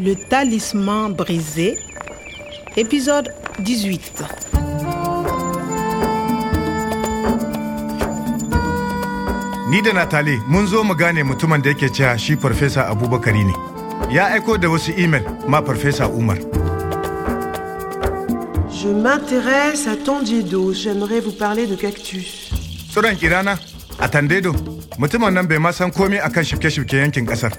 Le talisman brisé, épisode 18. Ni da Natali mun zo mu gane mutumin da yake cewa shi Farfesa Abubakari ne. Ya aiko da wasu imel ma Farfesa Umar. Je m'intéresse à Tandiedo. J'aimerais vous parler de cactus. Tsuron Kirana a Tandedo, mutumin nan bai ma san komai akan shifke-shifke yankin kasar.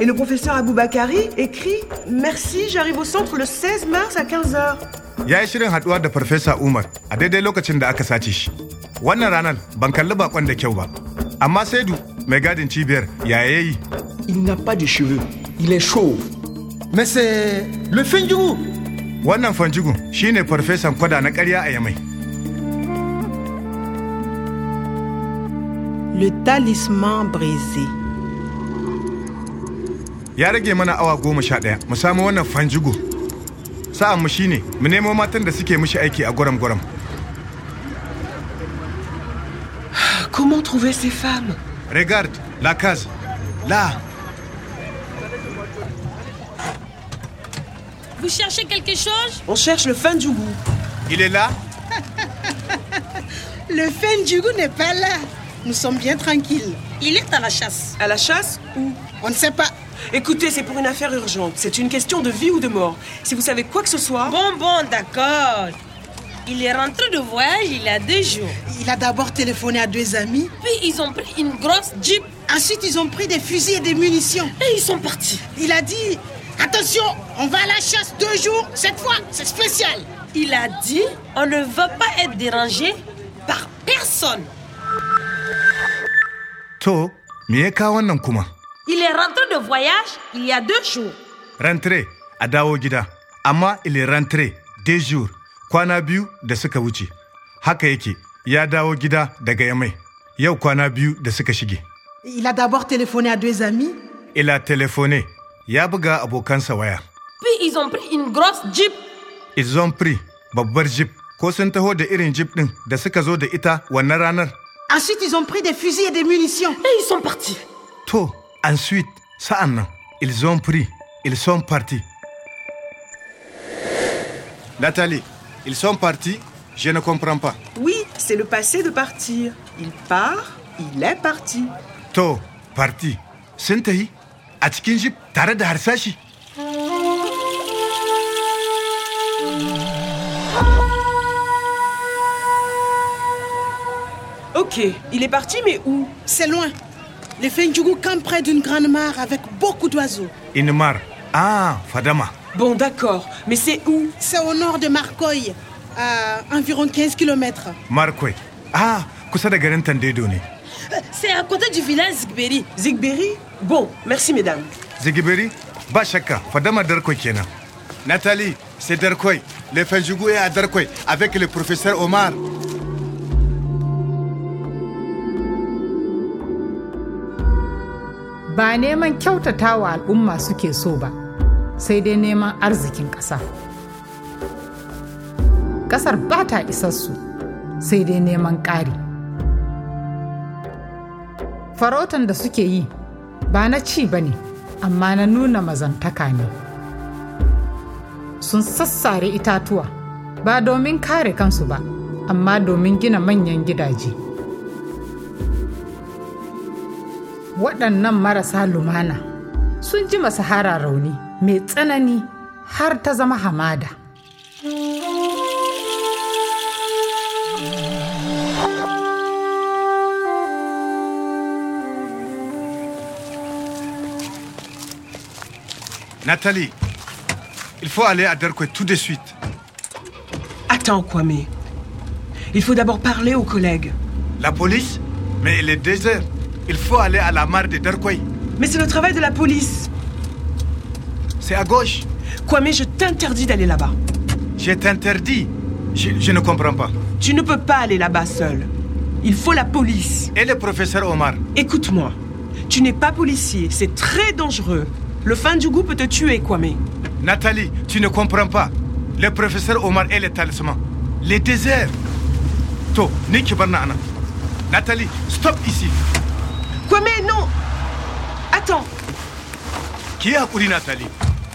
Et le professeur Aboubakari écrit Merci, j'arrive au centre le 16 mars à 15h. Ya yi shirin haduwa da Farfesa Umar a daidai lokacin da aka sace shi. Wannan ranar ban kalli bakon da kyau ba. Amma Saidu mai gadin cibiyar yaya ya yi Il n'a pas de cheveux. Il est chauve. Mais c'est le fin du goût. wannan fanjigun shine farfesan kwada na ƙarya a yamai. Le talisman brisé. Ya rage mana awa goma sha ɗaya mu samu wannan fanjigo. Sa'an mu shine mu nemo matan da suke mishi aiki a gwaram gwaram. Ah, Comment trouver ces femmes Regarde, la case, la Vous cherchez quelque chose On cherche le fin du goût. il est là, Le fin du goût n'est pas là. Nous sommes bien tranquilles. Il est à la chasse. À la chasse ou On ne sait pas. Écoutez, c'est pour une affaire urgente. C'est une question de vie ou de mort. Si vous savez quoi que ce soit. Bon, bon, d'accord. Il est rentré de voyage il y a deux jours. Il a d'abord téléphoné à deux amis. Puis ils ont pris une grosse jeep Ensuite, ils ont pris des fusils et des munitions. et ils sont partis. Il a dit Attention, on va à la chasse deux jours. Cette fois, c'est spécial. Il a dit on ne veut pas être dérangé par personne. to, me ya kawo wannan kuma? Il est rentré de voyage il y a deux jours. Rentre, a dawo gida, amma il est rentré deux jours, kwana biyu da suka wuce. Haka yake, ya dawo gida daga yamai, yau kwana biyu da suka shige. Il a d'abord téléphoné à deux amis. Il a téléphoné, ya buga abokansa waya. Puis ils ont pris une grosse jeep Ils ont pris babbar jeep ko sun taho da irin jeep din da suka zo da ita wannan ranar. Ensuite, ils ont pris des fusils et des munitions. et ils sont partis. To, ensuite, sa'an nan, ils ont pris, ils sont partis. Nathalie, ils sont partis, je ne comprends pas. Oui, c'est le passé de partir. Il part, il est parti. To, parti, sun tahi a cikin jeep tare da harsashi. Ok, il est parti, mais où C'est loin. Le fin du goût campe près d'une grande mare avec beaucoup d'oiseaux. Inmar, ah, Fadama, Bon, d'accord, mais c'est où C'est au nord de Marcoy, à environ 15 km. Markwai, ah, kusa da garin Tandedo ne. C'est à côté du village Zigberi. Zigberry Bon, merci, mesdames. Zigibiri, ba shakka, fadama Darko kenan. Nathalie, c'est Darkoi. Le Fanjougou est à Darkoi avec le professeur Omar. ba neman kyautatawa al'umma suke so ba sai dai neman arzikin ƙasa ƙasar ba ta isassu sai dai neman ƙari farautan da suke yi ba na ci ba ne amma na nuna mazantaka ne sun sassare itatuwa ba domin kare kansu ba amma domin gina manyan gidaje waɗannan marasa lumana sun ji sahara rauni mai tsanani har ta zama hamada Nathalie, il faut aller à Darkoi tout de suite. Attends, Kwame. Il faut d'abord parler aux collègues. La police Mais il est désert. Il faut aller à la mare de Darkoi. Mais c'est le travail de la police. C'est à gauche. Kwame, je t'interdis d'aller là-bas. Je t'interdis. Je, je ne comprends pas. Tu ne peux pas aller là-bas seul. Il faut la police. Et le professeur Omar Écoute-moi. Tu n'es pas policier. C'est très dangereux. Le fin du goût peut te tuer, Kwame. Nathalie, tu ne comprends pas. Le professeur Omar est le talisman. Les déserts. To, Niki Barnaana. Nathalie, stop ici. Kwame, non Attends. Qui est Nathalie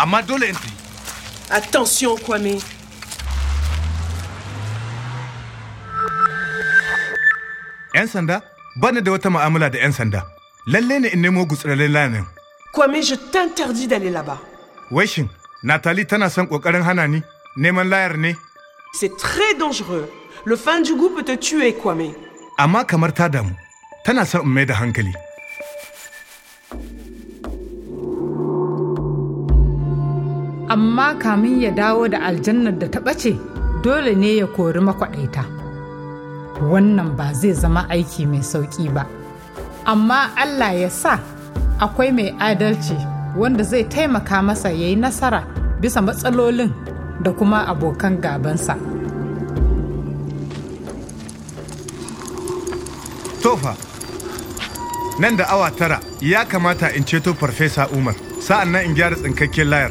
amma dole in tafi Attention, Kwame. yan sanda bana da wata mu'amala da yan sanda lalle ne in nemo gutsirarren lanin Kwame, je t'interdis d'aller là-bas. wai shin natali tana son kokarin hana ni neman layar ne C'est très dangereux. Le fin du goût peut te tuer, Kwame. amma kamar ta damu tana son in mai da hankali amma kamin ya dawo da aljannar da ta ɓace dole ne ya kori makwaɗaita wannan ba zai zama aiki mai sauƙi ba amma allah ya sa akwai mai adalci wanda zai taimaka masa ya yi nasara bisa matsalolin da kuma abokan gabansa tofa nan da awa tara ya kamata in ceto farfesa umar sa'an nan in gyara tsinkakken layar